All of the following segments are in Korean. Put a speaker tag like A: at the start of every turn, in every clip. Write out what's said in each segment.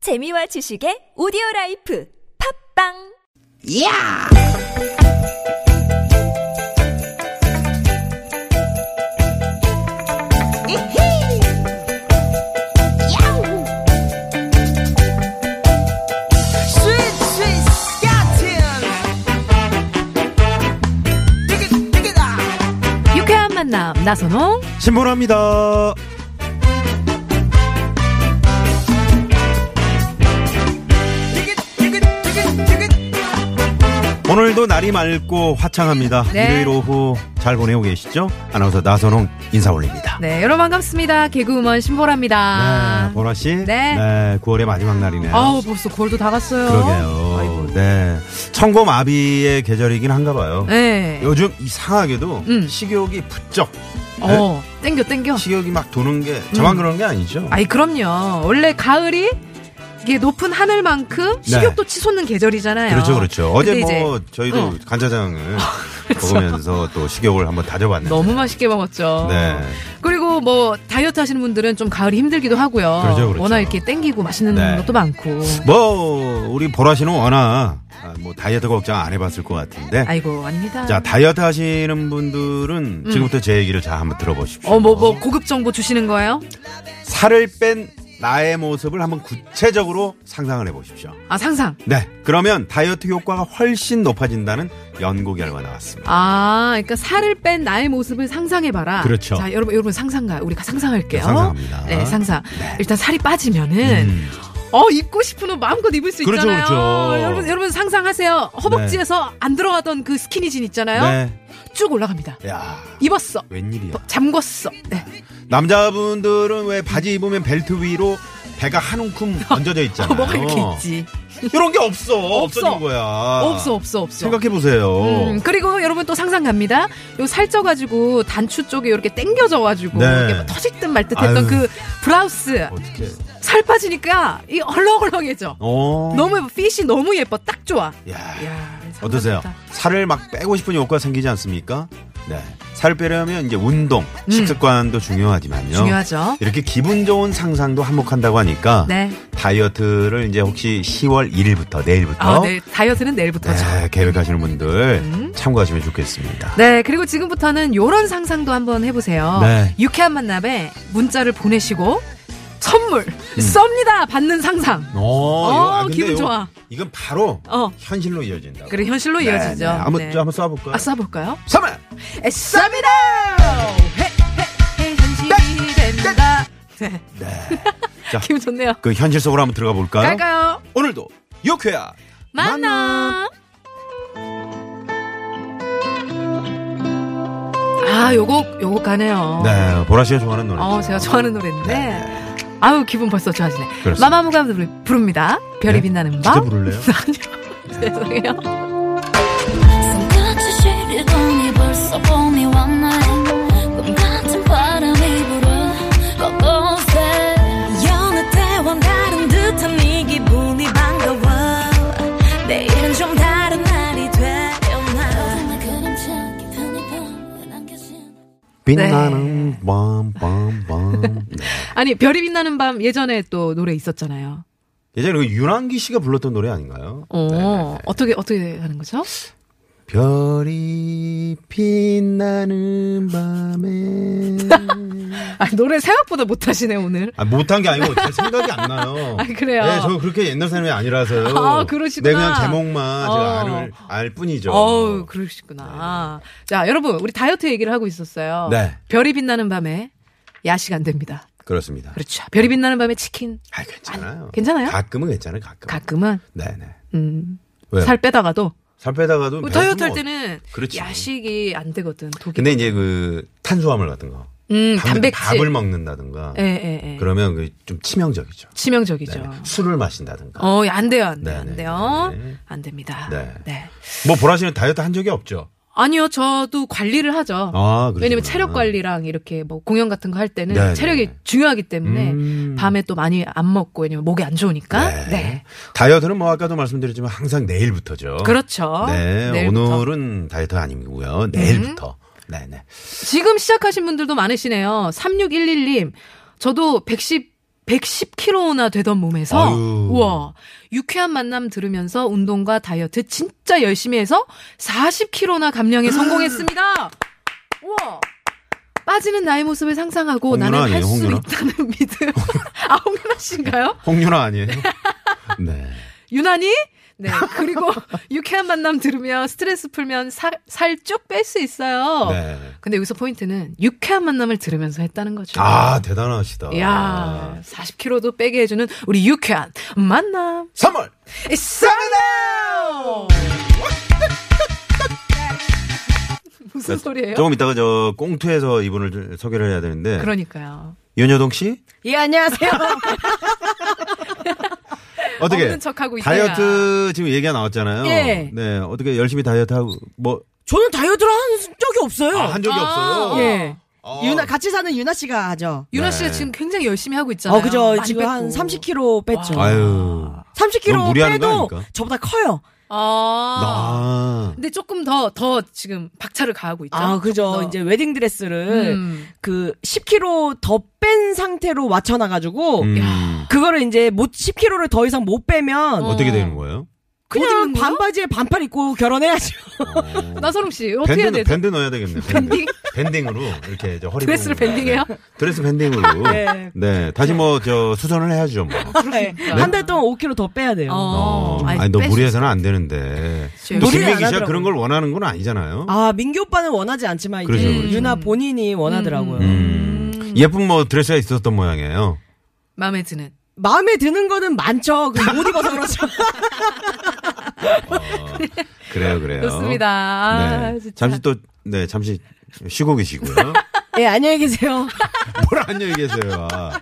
A: 재미와 지식의 오디오 라이프 팝빵
B: 야! 이히! 야우! 스윗, 스윗, 스캇틴! 띠깃, 띠깃아!
C: 유쾌한 만남 나선홍
D: 신보라입니다.
B: 띠깃, 띠깃, 띠깃, 띠깃!
D: 오늘도 날이 맑고 화창합니다.
C: 네.
D: 일요일 오후 잘 보내고 계시죠? 아나운서 나선홍 인사 올립니다.
C: 네 여러분 반갑습니다 개그우먼 신보라입니다
D: 보라 씨.
C: 네.
D: 9월의 마지막 날이네요.
C: 아우 벌써 9월도 다 갔어요
D: 그러게요.
C: 아이고.
D: 네. 청고 마비의 계절이긴 한가 봐요.
C: 네.
D: 요즘 이상하게도
C: 음.
D: 식욕이 부쩍
C: 어
D: 네?
C: 땡겨 땡겨
D: 식욕이 막 도는 게 저만 그런 게 아니죠.
C: 아이 그럼요 원래 가을이 이게 높은 하늘만큼 식욕도 치솟는 계절이잖아요
D: 네. 그렇죠, 그렇죠. 어제
C: 근데
D: 뭐 저희도
C: 어. 그렇죠.
D: 간짜장을 먹으면서 또 식욕을 한번 다져봤는데.
C: 너무 맛있게 먹었죠
D: 네.
C: 그리고 뭐 다이어트 하시는 분들은 좀 가을이 힘들기도 하고요
D: 그렇죠, 그렇죠.
C: 워낙 이렇게 땡기고 맛있는
D: 네.
C: 것도 많고
D: 뭐 우리 보라 씨는 워낙 아, 뭐 다이어트 걱정 안 해봤을 것 같은데.
C: 아이고 아닙니다 음.
D: 자 다이어트 하시는 분들은 지금부터 제 얘기를 자 한번 들어보십시오.
C: 어 뭐 뭐 고급 정보 주시는 거예요?
D: 살을 뺀 나의 모습을 한번 구체적으로 상상을 해보십시오.
C: 아 상상
D: 네, 그러면 다이어트 효과가 훨씬 높아진다는 연구 결과 나왔습니다.
C: 아, 그러니까 살을 뺀 나의 모습을 상상해봐라.
D: 그렇죠.
C: 자, 여러분, 여러분 상상가요? 우리가 상상할게요.
D: 상상합니다.
C: 네, 상상.
D: 네.
C: 일단 살이 빠지면은,
D: 음.
C: 어, 입고 싶은 옷 마음껏 입을 수
D: 그렇죠,
C: 있잖아요.
D: 그렇죠.
C: 여러분, 여러분 상상하세요. 허벅지에서 안 들어가던 그 스키니진 있잖아요.
D: 네,
C: 쭉 올라갑니다.
D: 야
C: 입었어.
D: 웬일이야.
C: 잠궜어. 네.
D: 남자분들은 왜 바지 입으면 벨트 위로 배가 한 움큼 얹어져 있잖아요.
C: 뭐가 이렇게 있지?
D: 이런 게 없어.
C: 없어.
D: 없어진 거야.
C: 없어, 없어, 없어.
D: 생각해 보세요.
C: 음, 그리고 여러분 또 상상 갑니다. 요 살쪄가지고 단추 쪽에 이렇게 땡겨져가지고
D: 네.
C: 이렇게 막 터질 듯 말 듯 했던
D: 아유.
C: 그 브라우스.
D: 어떻게?
C: 살 빠지니까 이 얼렁얼렁해져.
D: 어.
C: 너무 예뻐. 핏이 너무 예뻐. 딱 좋아.
D: 야.
C: 이야, 네, 상상했다.
D: 어떠세요? 살을 막 빼고 싶은 욕구가 생기지 않습니까? 네. 살을 빼려면 이제 운동, 식습관도 중요하지만요.
C: 음. 중요하죠.
D: 이렇게 기분 좋은 상상도 한몫한다고 하니까
C: 네.
D: 다이어트를 이제 혹시 10월 1일부터 내일부터
C: 아, 네. 다이어트는
D: 네,
C: 내일부터죠. 음.
D: 계획하시는 분들 참고하시면 좋겠습니다.
C: 네, 그리고 지금부터는 요런 상상도 한번 해보세요.
D: 네.
C: 유쾌한 만남에 문자를 보내시고 선물
D: 음.
C: 쏩니다 받는 상상.
D: 오, 이거,
C: 어,
D: 근데
C: 기분
D: 이거-
C: 좋아.
D: 이건 바로
C: 어.
D: 현실로 이어진다.
C: 그리고 현실로 이어지죠.
D: 한번
C: 네.
D: 한번 쏴볼까요? 네.
C: 아, 쏴볼까요?
D: 삼아!
C: 쏩니다. 헤, 헤, 헤, 현실이 된다. 네,
D: 네. 자,
C: 기분 좋네요.
D: 그 현실 속으로 한번 들어가 볼까요?
C: 갈까요?
D: 오늘도 욕해야
C: 만나. 아, 요곡 요곡 가네요.
D: 네, 보라 씨가 좋아하는 노래.
C: 어, 제가 좋아하는 노래인데. 아우, 기분 벌써 좋아지네.
D: 그렇습니다.
C: 마마무가 부르- 부릅니다. 별이
D: 네?
C: 빛나는
D: 진짜
C: 밤. 네.
D: 부를래요?
C: 아니요. 죄송해요.
E: 같이 시리더니 벌써 봄이 왔네 꿈같은 바람이 불어 곳곳에 여느 때와 다른 듯한 이 기분이 반가워 내일은 좀 다른 날이 되려나 그림책이 편히 안겨진
D: 빛나는 밤밤밤 네.
C: 아니, 별이 빛나는 밤 예전에 또 노래 있었잖아요.
D: 예전에 그 유랑기 씨가 불렀던 노래 아닌가요?
C: 어,
D: 네.
C: 어떻게 어떻게 하는 거죠?
D: 별이 빛나는 밤에
C: 아, 노래 생각보다 못 하시네, 오늘.
D: 아, 못한 게 아니고 제 생각이 안 나요.
C: 아, 그래요?
D: 네, 저 그렇게 옛날 사람이 아니라서요.
C: 아, 그러시구나.
D: 네, 그냥 제목만 제가
C: 어.
D: 알, 알 뿐이죠.
C: 어우, 그 그러시구나. 자, 여러분, 우리 다이어트 얘기를 하고 있었어요.
D: 네.
C: 별이 빛나는 밤에 야식 안 됩니다.
D: 그렇습니다.
C: 그렇죠. 별이 빛나는 밤에 치킨.
D: 아, 괜찮아요.
C: 괜찮아요?
D: 가끔은 괜찮아요. 가끔.
C: 가끔은
D: 네, 네.
C: 음,
D: 왜요?
C: 살 빼다가도
D: 살 빼다가도
C: 우리
D: 배고프면
C: 다이어트 할뭐
D: 어떡-
C: 때는
D: 그렇지.
C: 야식이 안 되거든. 독이.
D: 근데 이제 그 탄수화물 같은 거.
C: 음,
D: 밥-
C: 단백질.
D: 밥을 먹는다든가.
C: 예, 예, 예.
D: 그러면 그좀 치명적이죠.
C: 치명적이죠.
D: 네. 술을 마신다든가.
C: 어, 안 돼요, 안 돼요, 안
D: 네네,
C: 돼요.
D: 네네.
C: 안 됩니다.
D: 네.
C: 네.
D: 뭐 보라 씨는 다이어트 한 적이 없죠?
C: 아니요, 저도 관리를 하죠.
D: 아, 그러시구나.
C: 어. 왜냐면 체력 관리랑 이렇게 뭐 공연 같은 거 할 때는
D: 네네.
C: 체력이 중요하기 때문에
D: 음.
C: 밤에 또 많이 안 먹고 왜냐면 목이 안 좋으니까. 네.
D: 다이어트는 뭐 아까도 말씀드렸지만 항상 내일부터죠.
C: 그렇죠.
D: 네,
C: 내일부터. 음.
D: 오늘은 다이어트 아니고요. 내일부터. 네, 네.
C: 지금 시작하신 분들도 많으시네요. 3611님. 저도 110 110kg나 되던 몸에서
D: 아유.
C: 우와 유쾌한 만남 들으면서 운동과 다이어트 진짜 열심히 해서 40kg나 감량에 성공했습니다. 우와 빠지는 나의 모습을 상상하고
D: 홍윤아
C: 나는 할
D: 아니에요,
C: 수
D: 어, 홍윤아?
C: 있다는 믿음. 아 홍윤아 씨인가요?
D: 홍윤아 아니에요? 네.
C: 유난히 네 그리고 유쾌한 만남 들으며 스트레스 풀면 살쭉 뺄 수 있어요.
D: 네.
C: 근데 여기서 포인트는 유쾌한 만남을 들으면서 했다는 거죠.
D: 아, 대단하시다.
C: 야 40kg도 빼게 해주는 우리 유쾌한 만남.
D: 3월!
C: 썸이다 무슨 소리예요?
D: 조금 이따가 저 꽁투에서 이분을 소개를 해야 되는데.
C: 그러니까요.
D: 연여동 씨?
C: 예 안녕하세요.
D: 어떻게?
C: 없는 척하고 있다가.
D: 다이어트 지금 얘기가 나왔잖아요.
C: 예.
D: 네. 어떻게 열심히 다이어트 하고, 뭐,
F: 저는 다이어트를 한 적이 없어요.
D: 아, 한 적이 없어요.
C: 예.
D: 어.
F: 유나 같이 사는 유나 씨가 하죠.
C: 유나
D: 네.
C: 씨가 지금 굉장히 열심히 하고 있잖아요.
F: 어 그죠.
C: 많이
F: 지금
C: 뺐고.
F: 한 30kg 뺐죠.
D: 아유.
F: 30kg
D: 너무 무리하는 그러니까. 거
F: 빼도
D: 아닙니까?
F: 저보다 커요.
C: 아.
D: 아.
C: 근데 조금 더 더 지금 박차를 가하고 있죠.
F: 아 그죠.
C: 조금 더.
F: 이제 웨딩 드레스를
C: 음.
F: 그 10kg 더 뺀 상태로 맞춰놔가지고
D: 음.
F: 그거를 이제 못 10kg를 더 이상 못 빼면
D: 어떻게 되는 거예요?
F: 그냥 반바지에 반팔 입고 결혼해야죠.
D: 어.
C: 나선홍 씨 어떻게 해야
D: 밴드,
C: 되죠?
D: 밴드 넣어야 되겠네요.
C: 밴딩?
D: 밴딩으로 이렇게 저 허리
C: 드레스를
D: 부분을.
C: 밴딩해요?
D: 네. 드레스 밴딩으로. 네.
F: 네.
D: 다시 뭐 저 수선을 해야죠 뭐.
F: 한 달 동안 5kg 더 빼야 돼요.
D: 어. 아니, 너
C: 뺄 수-
D: 무리해서는 안 되는데.
C: 진짜
D: 또
F: 무리는
D: 김민기
F: 안
D: 씨가
F: 하더라고요.
D: 그런 걸 원하는 건 아니잖아요.
F: 아 민규 오빠는 원하지 않지만 이제
D: 그렇죠, 그렇죠.
F: 유나 본인이 원하더라고요.
D: 음. 예쁜 뭐 드레스가 있었던 모양이에요.
C: 마음에 드는.
F: 마음에 드는 거는 많죠. 그못 입어서 그렇죠.
D: 어, 그래요, 그래요.
C: 좋습니다. 아,
D: 네.
C: 진짜.
D: 잠시 또, 네, 잠시 쉬고 계시고요.
F: 예 안녕히 계세요.
D: 뭘 안녕히 계세요. 아.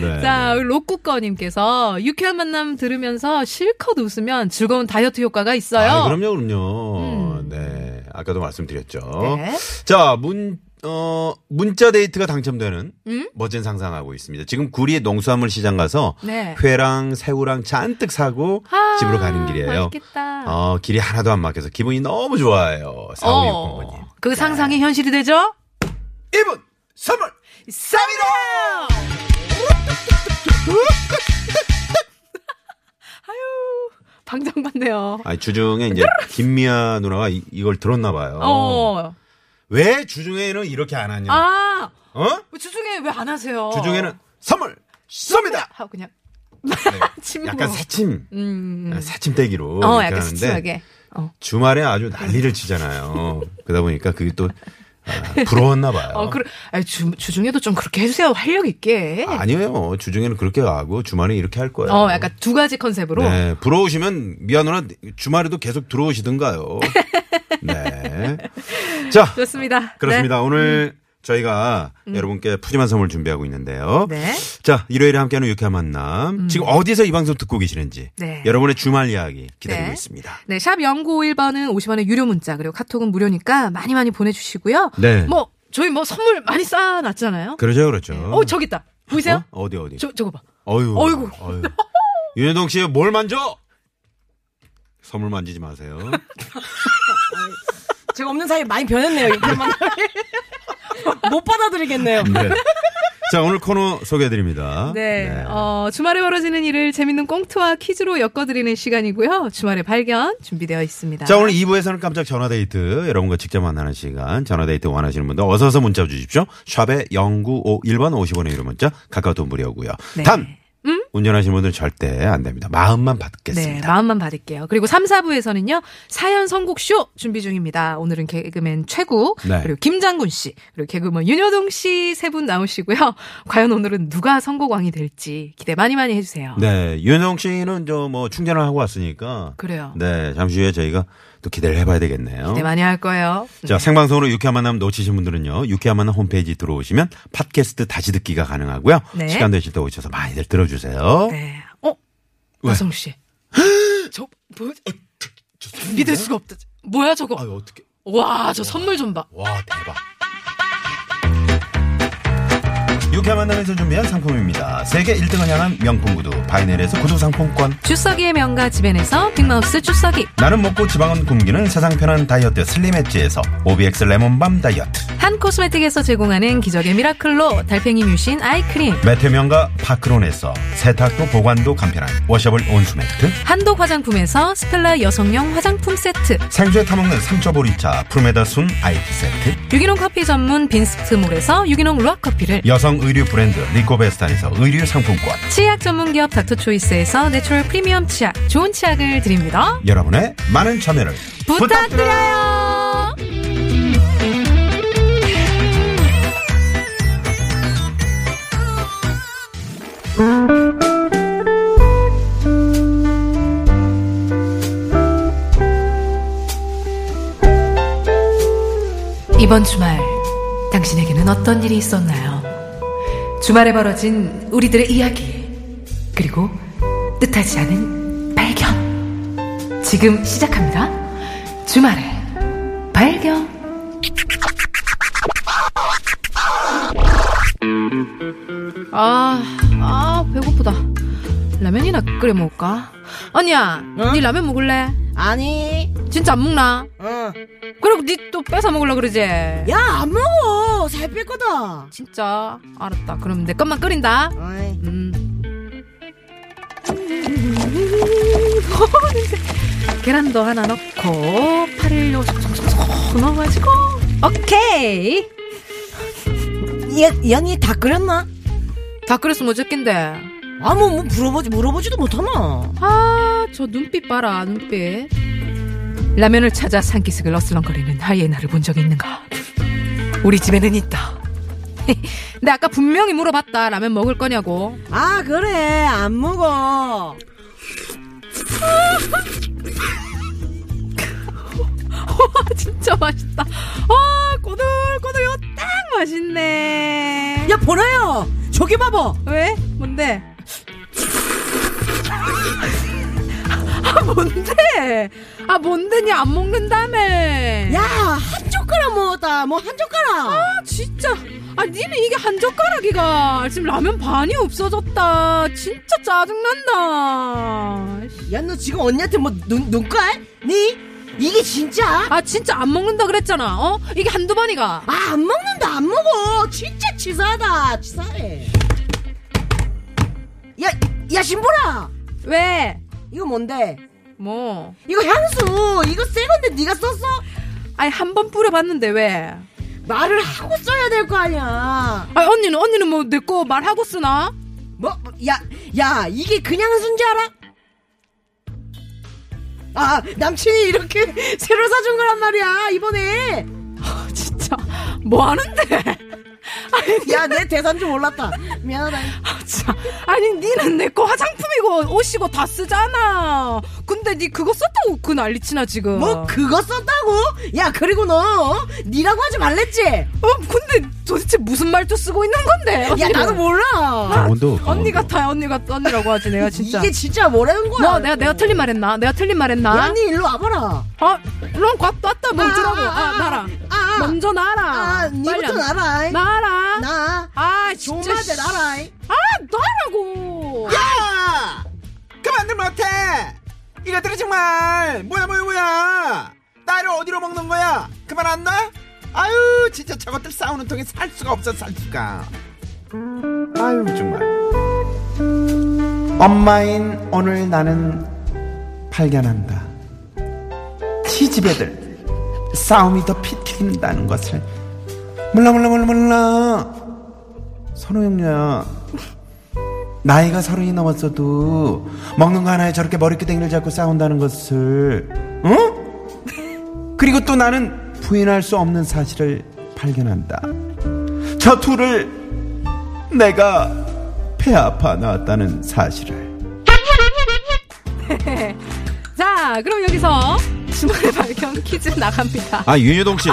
D: 네.
C: 자, 우리 로꾸꺼님께서 유쾌한 만남 들으면서 실컷 웃으면 즐거운 다이어트 효과가 있어요. 음.
D: 아, 그럼요, 그럼요. 네. 아까도 말씀드렸죠.
C: 네.
D: 자, 문, 어, 문자 데이트가 당첨되는
C: 음?
D: 멋진 상상하고 있습니다. 지금 구리의 농수산물 시장 가서
C: 네.
D: 회랑 새우랑 잔뜩 사고
C: 아,
D: 집으로 가는 길이에요.
C: 맛있겠다.
D: 어, 길이 하나도 안 막혀서 기분이 너무 좋아요. 4560번님.
C: 어, 그 상상이 현실이 되죠?
D: 1분 선물
C: 쌉니다! 아유, 방정맞네요.
D: 아니, 주중에 이제 김미아 누나가 이, 걸 들었나 봐요.
C: 어.
D: 네. 왜 주중에는 이렇게 안 하냐?
C: 아,
D: 어?
C: 왜 주중에 왜 안 하세요?
D: 주중에는 선물 쏩니다.
C: 하고 그냥. 침묵.
D: 약간 새침,
C: 음.
D: 새침대기로
C: 어,
D: 이렇게
C: 약간
D: 하는데
C: 수치하게. 어.
D: 주말에 아주 난리를 치잖아요. 그러다 보니까 그게 또 아, 부러웠나 봐요.
C: 어, 그래. 아니, 주, 주중에도 좀 그렇게 해주세요. 활력 있게.
D: 아니에요. 주중에는 그렇게 하고 주말에 이렇게 할 거예요.
C: 어, 약간 두 가지 컨셉으로.
D: 네, 부러우시면 미아 누나 주말에도 계속 들어오시든가요. 네. 자,
C: 좋습니다. 네. 음.
D: 그렇습니다. 오늘 저희가 여러분께 푸짐한 선물 준비하고 있는데요.
C: 네. 음.
D: 자, 일요일에 함께하는 유쾌한 만남. 지금 어디서 이 방송 듣고 계시는지
C: 네.
D: 여러분의 주말 이야기 기다리고
C: 네.
D: 있습니다.
C: 네, 샵 0951번은 50원의 유료 문자, 그리고 카톡은 무료니까 많이 많이 보내주시고요.
D: 네.
C: 뭐, 저희 뭐 선물 많이 쌓아놨잖아요.
D: 그러죠, 그렇죠.
C: 어, 저기 있다. 보이세요?
D: 어? 디 어디?
C: 저, 저거 봐.
D: 어유.
C: 어이구.
D: 윤여동 씨, 뭘 만져? 선물 만지지 마세요.
F: 제가 없는 사이에 많이 변했네요. 이편만 못 받아들이겠네요.
D: 네. 자, 오늘 코너 소개해드립니다.
C: 네. 어, 주말에 벌어지는 일을 재밌는 꽁트와 퀴즈로 엮어드리는 시간이고요. 주말에 발견 준비되어 있습니다.
D: 자, 오늘 2부에서는 깜짝 전화데이트. 여러분과 직접 만나는 시간. 전화데이트 원하시는 분들 어서서 문자 주십시오. 샵에 0951번 50원의 유료 문자. 카카오톡 무료고요
C: 네.
D: 단! 운전하시는 분들 절대 안 됩니다. 마음만
C: 네,
D: 받겠습니다.
C: 마음만 받을게요. 그리고 3, 4부에서는요, 사연 선곡쇼 준비 중입니다. 오늘은 개그맨 최구,
D: 네.
C: 그리고 김장군 씨, 그리고 개그맨 윤효동 씨 세 분 나오시고요. 과연 오늘은 누가 선곡왕이 될지 기대 많이 많이 해주세요.
D: 네, 윤영 씨는 저 뭐 충전을 하고 왔으니까.
C: 그래요.
D: 네, 잠시 후에 저희가 또 기대를 해봐야 되겠네요.
C: 기대 많이 할 거예요.
D: 자, 생방송으로 유쾌한 만남 놓치신 분들은요, 유쾌한 만남 홈페이지 들어오시면 팟캐스트 다시 듣기가 가능하고요.
C: 네.
D: 시간 되실 때 오셔서 많이들 들어주세요.
C: 네. 어?
D: 왜?
C: 나성 씨. 저, 뭐야? 믿을 수가 없다. 뭐야, 저거?
D: 아유, 어떻게.
C: 와, 저 선물 좀 봐.
D: 와, 대박. 유쾌한 만남에서 준비한 상품입니다. 세계 1등을 향한 명품 구두, 바이넬에서 구두 상품권.
C: 주석이의 명가 집엔에서 빅마우스 주석이.
D: 나는 먹고 지방은 굶기는 세상 편한 다이어트 슬림 엣지에서 오비엑스 레몬밤 다이어트.
C: 한 코스메틱에서 제공하는 기적의 미라클로 달팽이 뮤신 아이크림
D: 매트면과 파크론에서 세탁도 보관도 간편한 워셔블 온수 매트
C: 한독 화장품에서 스펠라 여성용 화장품 세트
D: 생수에 타먹는 삼초보리차 풀메다 순 아이티 세트
C: 유기농 커피 전문 빈스트몰에서 유기농 루아커피를
D: 여성 의류 브랜드 리코베스탄에서 의류 상품권
C: 치약 전문 기업 닥터초이스에서 내추럴 프리미엄 치약 좋은 치약을 드립니다
D: 여러분의 많은 참여를 부탁드려요
C: 부탁드려요 이번 주말 당신에게는 어떤 일이 있었나요? 주말에 벌어진 우리들의 이야기 그리고 뜻하지 않은 발견 지금 시작합니다. 주말에 발견. 아, 아 배고프다. 라면이나 끓여 먹을까? 언니야, 네 라면 먹을래?
F: 아니,
C: 진짜 안 먹나?
F: 응.
C: 그리고 니 또 뺏어 먹으려 그러지?
F: 어. 야, 안 먹어. 살 뺄 거다.
C: 진짜 알았다. 그럼 내 것만 끓인다.
F: 어이.
C: 음. 계란도 하나 넣고 파를 요 쏙쏙쏙 넣어가지고 오케이
F: 얘, 이 언니 다 끓였나?
C: 다뭐 끓였으면 어저껜데
F: 아무 뭐 물어보지 물어보지도 못하나.
C: 아저 눈빛 봐라 눈빛 라면을 찾아 산기슭을 어슬렁거리는 하이에나를 본 적이 있는가 우리 집에는 있다 근데 아까 분명히 물어봤다 라면 먹을 거냐고
F: 아 그래 안 먹어.
C: 와 진짜 맛있다 와 꼬들꼬들 이거 딱 맛있네
F: 야 보라요. 저기 봐봐.
C: 왜? 뭔데? 아 뭔데? 아 뭔데냐 안 먹는다며? 야
F: 야 한 젓가락 먹었다. 뭐 한 젓가락.
C: 진짜 아 니는 이게 한 젓가락이가 지금 라면 반이 없어졌다 진짜 짜증난다
F: 야 너 지금 언니한테 뭐눈 눈깔? 니 이게 진짜?
C: 아 진짜 안 먹는다 그랬잖아 어? 이게 한두 번이가
F: 아 안 먹는다 안 먹어. 진짜 치사하다 치사해. 야야 신보라.
C: 왜?
F: 이거 뭔데?
C: 뭐
F: 이거 향수 이거 새 건데 네가 썼어?
C: 아니 한 번 뿌려봤는데 왜?
F: 말을 하고 써야 될 거 아니야.
C: 아 언니는 언니는 뭐 내 거 말하고 쓰나?
F: 뭐, 뭐, 야, 야, 이게 그냥 순지 알아? 아, 남친이 이렇게 새로 사준 거란 말이야, 이번에.
C: 아 진짜 뭐 하는데?
F: 야, 내 대사인 줄 몰랐다. 미안하다.
C: 자, 아니 니는 내 거 화장품이고 옷이고 다 쓰잖아. 근데 니 그거 썼다고 그 난리치나 지금.
F: 뭐, 그거 썼다고? 야, 그리고 너, 어? 니라고 하지 말랬지?
C: 어, 근데 도대체 무슨 말투 쓰고 있는 건데?
F: 야, 나도 몰라.
D: 강원도
C: 언니 같아 언니 같아 언니라고 하지 내가 진짜.
F: 이게 진짜 뭐라는 거야?
C: 너 내가 내가 틀린 말했나? 내가 틀린
F: 야,
C: 말했나?
F: 니 일로 와봐라.
C: 아, 넌 갖다 왔다 멈추라고. 아, 나라.
F: 아, 아.
C: 먼저 나라.
F: 아, 니부터 나라.
C: 나라.
F: 나.
C: 아,
F: 좀
C: 진짜.
F: 한테 나라.
C: 아, 나라고.
B: 아. 야! 그만들 못해! 이것들은 정말 뭐야 뭐야 뭐야! 나를 어디로 먹는 거야? 그만 안 놔? 아유 진짜 저것들 싸우는 통에 살 수가 없어 살 수가 아유 정말 엄마인 오늘 나는 발견한다 시집애들 싸움이 더 피 튀긴다는 것을 몰라 몰라 몰라 몰라 선우형이야 나이가 서른이 넘었어도 먹는 거 하나에 저렇게 머리끄댕이를 잡고 싸운다는 것을 응? 그리고 또 나는 부인할 수 없는 사실을 발견한다 저 둘을 내가 폐 아파 낳았다는 사실을
C: 자, 그럼 여기서 주말의 발견 퀴즈 나갑니다.
D: 아 윤여동 씨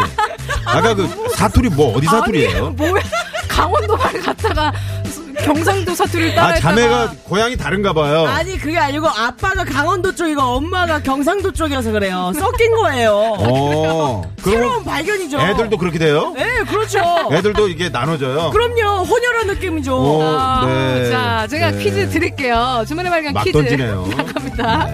D: 아까 그 사투리 뭐 어디 사투리예요?
C: 아니, 뭐야? 강원도 말 갔다가 수- 경상도 사투리를 따라
D: 아 자매가 고향이 다른가 봐요.
F: 아니 그게 아니고 아빠가 강원도 쪽이고 엄마가 경상도 쪽이라서 그래요. 섞인 거예요.
D: 어.
F: 새로운
D: 그럼
F: 발견이죠.
D: 애들도 그렇게 돼요?
F: 네 그렇죠.
D: 애들도 이게 나눠져요.
F: 그럼요 혼혈한 느낌이죠.
D: 오,
C: 아,
D: 네.
C: 자, 제가
D: 네.
C: 퀴즈 드릴게요. 주말의 발견
D: 막
C: 퀴즈
D: 던지네요.
C: 나갑니다.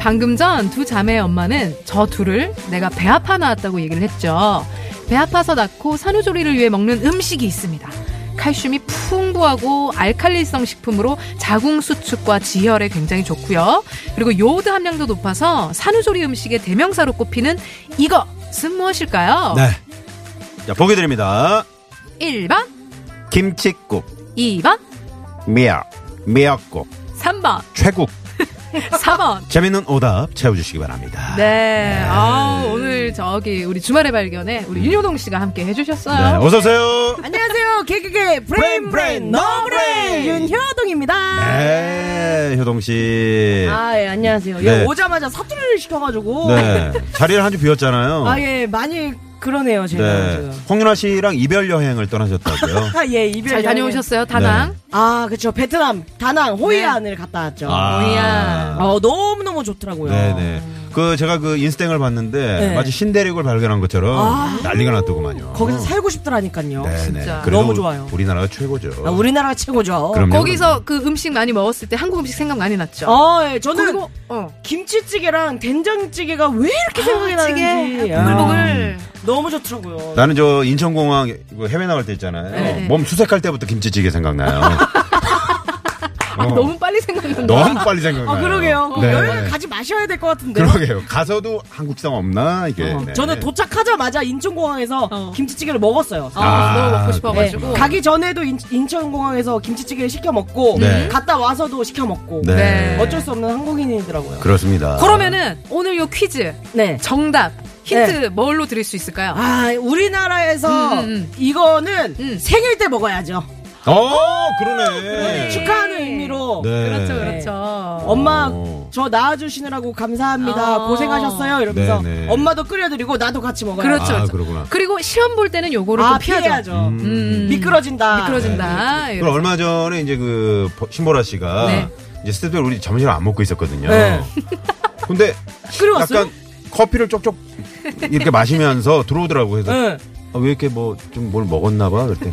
C: 방금 전 두 자매의 엄마는 저 둘을 내가 배 아파 낳았다고 얘기를 했죠. 배 아파서 낳고 산후조리를 위해 먹는 음식이 있습니다. 칼슘이 풍부하고 알칼리성 식품으로 자궁 수축과 지혈에 굉장히 좋고요. 그리고 요오드 함량도 높아서 산후조리 음식의 대명사로 꼽히는 이것은 무엇일까요?
D: 네. 자, 보기 드립니다.
C: 1번,
D: 김치국,
C: 2번,
D: 미역, 미역국,
C: 3번,
D: 최국.
C: 4번.
D: 재밌는 오답 채워주시기 바랍니다.
C: 네. 아, 오늘 저기 우리 주말의 발견에
D: 음.
C: 우리 윤효동 씨가 함께 해주셨어요.
D: 네, 어서오세요.
F: 안녕하세요. 개그계 브레인 브레인 너브레인 윤효동입니다.
D: 네, 효동씨.
F: 아, 예, 안녕하세요.
D: 네.
F: 예, 오자마자 사투리를 시켜가지고.
D: 네. 자리를 한 주 비웠잖아요.
F: 아, 예, 많이 그러네요, 제가.
D: 어. 네.
F: 지금.
D: 홍윤아 씨랑 이별 여행을 떠나셨다고요. 네.
F: 아, 예, 이별.
C: 잘
F: 여행.
C: 다녀오셨어요, 다낭.
F: 아, 그쵸. 베트남, 다낭, 호이안을
C: 네.
F: 갔다 왔죠.
C: 뭐야.
F: 어, 너무너무 좋더라고요.
D: 아. 네네. 그 제가 그 인스탱을 봤는데
F: 네.
D: 마치 신대륙을 발견한 것처럼
F: 아.
D: 난리가 났더구만요.
F: 거기서 살고 싶더라니까요.
D: 어. 네네.
C: 진짜.
D: 그래도
F: 너무 좋아요.
D: 우리나라가 최고죠.
F: 아, 우리나라가 어, 최고죠.
D: 그럼요.
C: 거기서 그 음식 많이 먹었을 때 한국 음식 생각 많이 났죠.
F: 어, 예, 저는
C: 그리고 어,
F: 김치찌개랑 된장찌개가 왜 이렇게 생각이
C: 찌개.
F: 나는지. 아,
C: 보글보글.
F: 너무 좋더라고요.
D: 음. 나는 저 인천공항 그 해외 나갈 때 있잖아요.
C: 네.
D: 몸 수색할 때부터 김치찌개 생각나요.
F: 아,
D: 어.
C: 아, 너무 빨리 생각난다.
D: 너무 빨리 생각나요.
F: 아, 그러게요. 그럼
D: 네.
F: 여행을 가지 마셔야 될 것 같은데.
D: 그러게요. 가서도 한국상 없나 이게.
F: 어,
D: 네.
F: 저는 도착하자마자 인천공항에서
C: 어.
F: 김치찌개를 먹었어요.
C: 아, 너무 먹고 싶어가지고.
D: 그렇구나.
F: 네. 가기 전에도 인, 인천공항에서 김치찌개를 시켜 먹고
D: 네.
F: 갔다 와서도 시켜 먹고
D: 네.
C: 네.
F: 어쩔 수 없는 한국인이더라고요.
D: 그렇습니다.
C: 그러면은 오늘 요 퀴즈
F: 네.
C: 정답 힌트 뭘로 드릴 수 있을까요?
F: 아 우리나라에서
C: 음, 음, 음.
F: 이거는
C: 음.
F: 생일 때 먹어야죠.
D: 어, 그러네.
F: 축하하는 의미로
D: 네. 어.
C: 그렇죠, 그렇죠.
F: 엄마
D: 오.
F: 저 낳아주시느라고 감사합니다.
C: 어.
F: 고생하셨어요. 이러면서
D: 네, 네.
F: 엄마도 끓여드리고 나도 같이 먹어요.
C: 그렇죠.
D: 아,
C: 그렇죠.
D: 그러구나.
C: 그리고 시험 볼 때는 요거를
F: 아
C: 또 피하죠.
F: 피해야죠.
C: 음.
F: 미끄러진다.
C: 미끄러진다.
D: 그리고 얼마 전에 이제 그 버- 신보라 씨가
C: 그렇죠. 네.
D: 이제 스태프들 우리 점심을 안 먹고 있었거든요.
F: 네.
D: 근데
F: 끓여왔어요?
D: 약간 커피를 쪽쪽 이렇게 마시면서 들어오더라고 해서
F: 네.
D: 아, 왜 이렇게 뭐 좀 뭘 먹었나 봐 그랬더니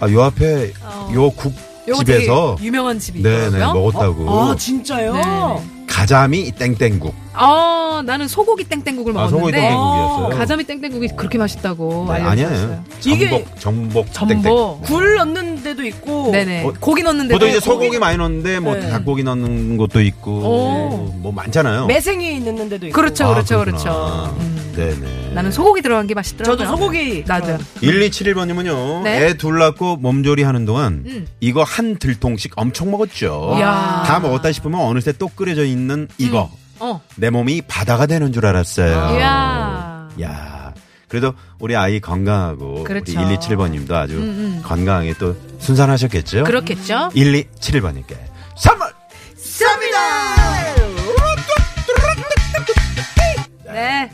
D: 아요 앞에
C: 어.
D: 요국
C: 요거 되게
D: 집에서
C: 유명한 집이
D: 네네
C: 있더라고요. 어?
D: 먹었다고
F: 아 진짜요?
C: 네.
D: 가자미 땡땡국
C: 아, 나는 소고기 땡땡국을
D: 아 소고기
C: 먹었는데
D: 땡땡국이었어요.
C: 가자미 땡땡국이 그렇게 맛있다고
D: 네,
C: 알려주셨어요.
D: 아니에요.
F: 이게
D: 전복 전복 땡땡.
C: 전복.
F: 굴 넣는 데도 있고
C: 네네.
D: 어,
C: 고기 어, 넣는데
D: 보통 이제 소고기 많이 넣는데 뭐
F: 네.
D: 닭고기 넣는 것도 있고
C: 오.
D: 뭐 많잖아요. 아,
F: 매생이 넣는 데도 있고
C: 그렇죠, 그렇죠,
D: 그렇구나.
C: 그렇죠. 음.
D: 네네.
C: 나는 소고기 들어간 게 맛있더라고요.
F: 저도 소고기
C: 나도.
D: 1271번님은요.
C: 네.
D: 애 둘 낳고 몸조리 하는 동안
C: 음.
D: 이거 한 들통씩 엄청 먹었죠.
C: 이야.
D: 다 먹었다 싶으면 어느새 또 끓여져 있는 이거.
C: 어. 아.
D: 내 몸이 바다가 되는 줄 알았어요. 아.
C: 이야.
D: 야. 그래도 우리 아이 건강하고
C: 그렇죠.
D: 우리 127번님도 아주
C: 음, 음.
D: 건강하게 또 순산하셨겠죠.
C: 그렇겠죠?
D: 1271번님께 선물
C: 네.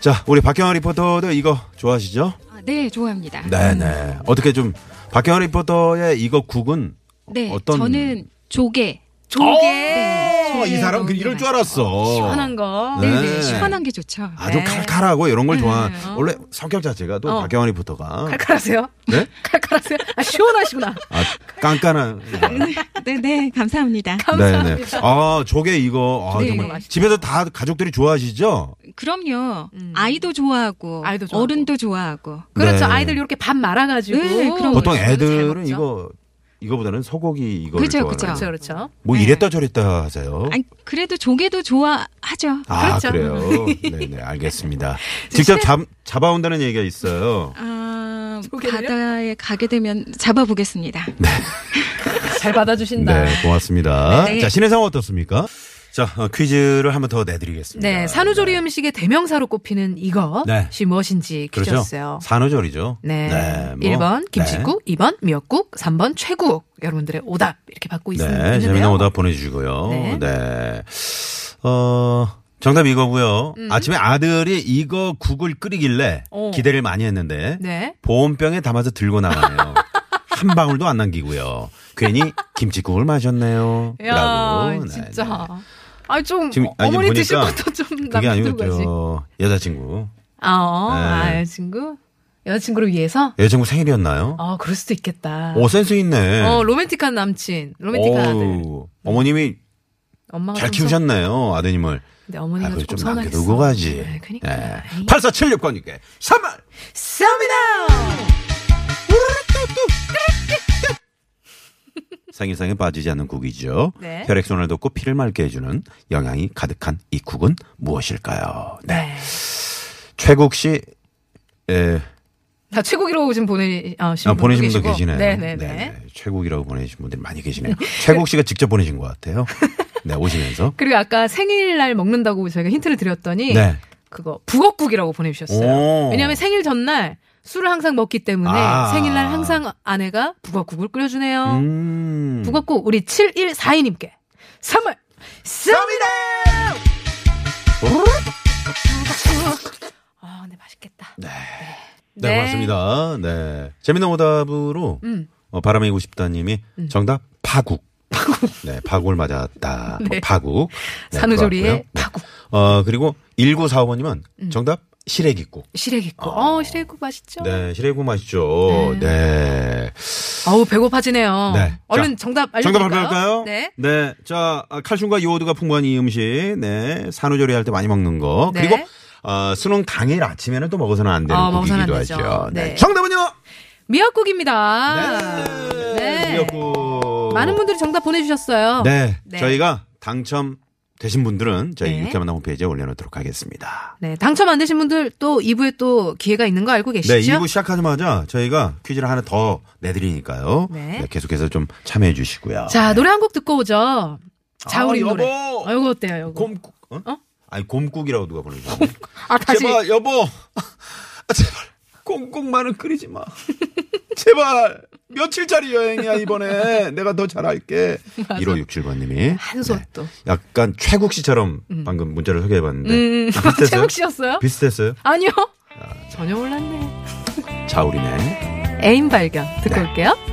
D: 자, 우리 박경아 리포터도 이거 좋아하시죠?
G: 아, 네, 좋아합니다.
D: 네네. 어떻게 좀 박경아 리포터의 이거 국은
G: 네,
D: 어떤-
G: 저는 조개.
C: 조개.
D: 어, 이 사람 그 이럴 줄 알았어.
C: 시원한 거.
D: 네.
G: 네, 네, 시원한 게 좋죠.
D: 아주
C: 네.
D: 칼칼하고 이런 걸 좋아.
G: 네.
D: 원래 성격 자체가 또
C: 어.
D: 박경환 리포터가
C: 칼칼하세요?
D: 네?
C: 칼칼하세요? 아, 시원하시구나.
D: 아, 깐깐한.
G: 네, 네, 감사합니다.
D: 네네. 아 조개 이거 아,
G: 네, 어,
D: 정말
G: 이거 맛있죠.
D: 집에서 다 가족들이 좋아하시죠?
G: 그럼요. 아이도 좋아하고,
C: 음. 아이도 좋아하고.
G: 어른도 좋아하고.
C: 그렇죠.
D: 네.
C: 아이들 이렇게 밥 말아가지고.
G: 네, 그럼
D: 보통
G: 저도 잘
D: 애들은
G: 먹죠.
D: 이거 이거보다는 소고기 이거
G: 그죠,
D: 좋아하는.
G: 그죠.
C: 그렇죠, 그렇죠.
D: 뭐
G: 네.
D: 이랬다 저랬다 하세요.
G: 아니, 그래도 조개도 좋아하죠.
D: 아,
C: 그렇죠.
D: 그래요 네네 알겠습니다. 직접 잡 잡아온다는 얘기가 있어요.
G: 아,
C: 조개를요?
G: 바다에 가게 되면 잡아보겠습니다.
C: 잘 받아주신다.
D: 네, 고맙습니다.
G: 네.
D: 자, 신의 상황 어떻습니까? 자, 어, 퀴즈를 한번 더 내드리겠습니다.
C: 네, 산후조리 음식의 대명사로 꼽히는 이것이
D: 네.
C: 무엇인지
D: 그렇죠.
C: 퀴즈였어요.
D: 산후조리죠.
C: 네.
D: 뭐.
C: 1번
D: 네.
C: 김치국, 2번 미역국, 3번 최국. 여러분들의 오답 이렇게 받고 있습-
D: 네,
C: 있는데요.
D: 재미난 오답 보내주시고요. 네.
C: 네.
D: 어, 정답 이거고요. 아침에 아들이 이거 국을 끓이길래
C: 음. 어.
D: 기대를 많이 했는데
C: 네.
D: 보온병에 담아서 들고 나가네요. 한 방울도 안 남기고요. 괜히 김치국을 마셨네요.
C: 야,
D: 라고. 네,
C: 진짜.
D: 네.
C: 아, 좀
D: 지금 아, 이제
C: 어머니
D: 보니까
C: 드실 것도 좀
D: 그게
C: 남겨도
D: 아니고
C: 가지.
D: 저 여자친구.
C: 아, 어,
D: 네.
C: 아, 여자친구? 여자친구를 위해서?
D: 여자친구 생일이었나요?
C: 아, 그럴 수도 있겠다.
D: 오 센스 있네.
C: 어, 로맨틱한 남친, 로맨틱한 아들.
D: 어우, 어머님이
C: 엄마가
D: 잘
C: 좀
D: 키우셨네요, 아드님을.
C: 서- 근데 어머니가
D: 아, 그걸
C: 조금
D: 좀
C: 서운하겠어.
D: 남겨두고 가지.
C: 네, 그러니까. 에이.
D: 8476번님께 선물!
C: 쏩니다!
D: 생일상에 빠지지 않는 국이죠.
C: 네.
D: 혈액순환을 돕고 피를 맑게 해주는 영양이 가득한 이 국은 무엇일까요? 네.
C: 네.
D: 최국 씨, 예,
C: 다 최고기로 지금 보내, 아,
D: 아,
C: 신
D: 보내신 분도
C: 계시고.
D: 계시네요.
C: 네네네.
D: 네네. 최국이라고 보내신 분들이 많이 계시네요. 최국 씨가 직접 보내신 것 같아요. 네, 오시면서.
C: 그리고 아까 생일날 먹는다고 저희가 힌트를 드렸더니
D: 네.
C: 그거 북엇국이라고 보내주셨어요.
D: 오.
C: 왜냐하면 생일 전날 술을 항상 먹기 때문에
D: 아.
C: 생일날 항상 아내가 북엇국을 끓여주네요.
D: 음.
C: 북엇국 우리 7142님께 선물 쏩니다! 아, 네, 맛있겠다. 네.
D: 네, 맞습니다. 네. 재밌는 오답으로
C: 음.
D: 어, 바람이고 싶다님이 정답 파국. 네, 파국을 맞았다. 뭐
C: 네.
D: 파국. 네,
C: 산후조리의
D: 들어왔고요.
C: 파국. 음.
D: 어, 그리고 1945번님은 정답 시래기국.
C: 시래기국. 어, 시래기국 맛있죠?
D: 네, 시래기국 맛있죠. 네.
C: 어우, 배고파지네요.
D: 네.
C: 얼른
D: 자,
C: 정답 알려드릴까요?
D: 정답 발표할까요?
C: 네.
D: 자, 아, 칼슘과 요오드가 풍부한 이 음식. 네. 산후조리 할 때 많이 먹는 거.
C: 네.
D: 그리고 어, 수능 당일 아침에는 또 먹어서는 안 되는
C: 아, 먹어서는 안
D: 국이기도
C: 되죠.
D: 하죠. 네.
C: 네.
D: 정답은요?
C: 미역국입니다. 네.
D: 미역국.
C: 많은 분들이 정답 보내주셨어요.
D: 네.
C: 네.
D: 저희가 당첨 되신 분들은 저희
C: 네.
D: 유쾌한 만남 홈페이지에 올려놓도록 하겠습니다.
C: 네, 당첨 안 되신 분들 또 2부에 또 기회가 있는 거 알고 계시죠?
D: 네, 2부 시작하자마자 저희가 퀴즈를 하나 더 내드리니까요.
C: 네.
D: 네, 계속해서 좀 참여해 주시고요.
C: 자, 노래 한 곡 듣고 오죠. 자우림
D: 아, 여보.
C: 노래. 어, 이거 어때요, 이거?
D: 곰국. 어? 아니 곰국이라고 누가 보내주셨네.
C: 아, 다시.
D: 제발 여보. 아, 제발 곰국만은 끓이지 마. 제발 며칠짜리 여행이야 이번에 내가 더 잘할게. 1567번님이
C: 한솥 또.
D: 아, 약간 최국 씨처럼 방금 문자를 소개해봤는데
C: 음,
D: 아, 비슷했어요?
C: 제목 씨였어요?
D: 비슷했어요? 아.
C: 아니요. 전혀 몰랐네.
D: 자우림의
C: 애인 발견 듣고
D: 네.
C: 올게요.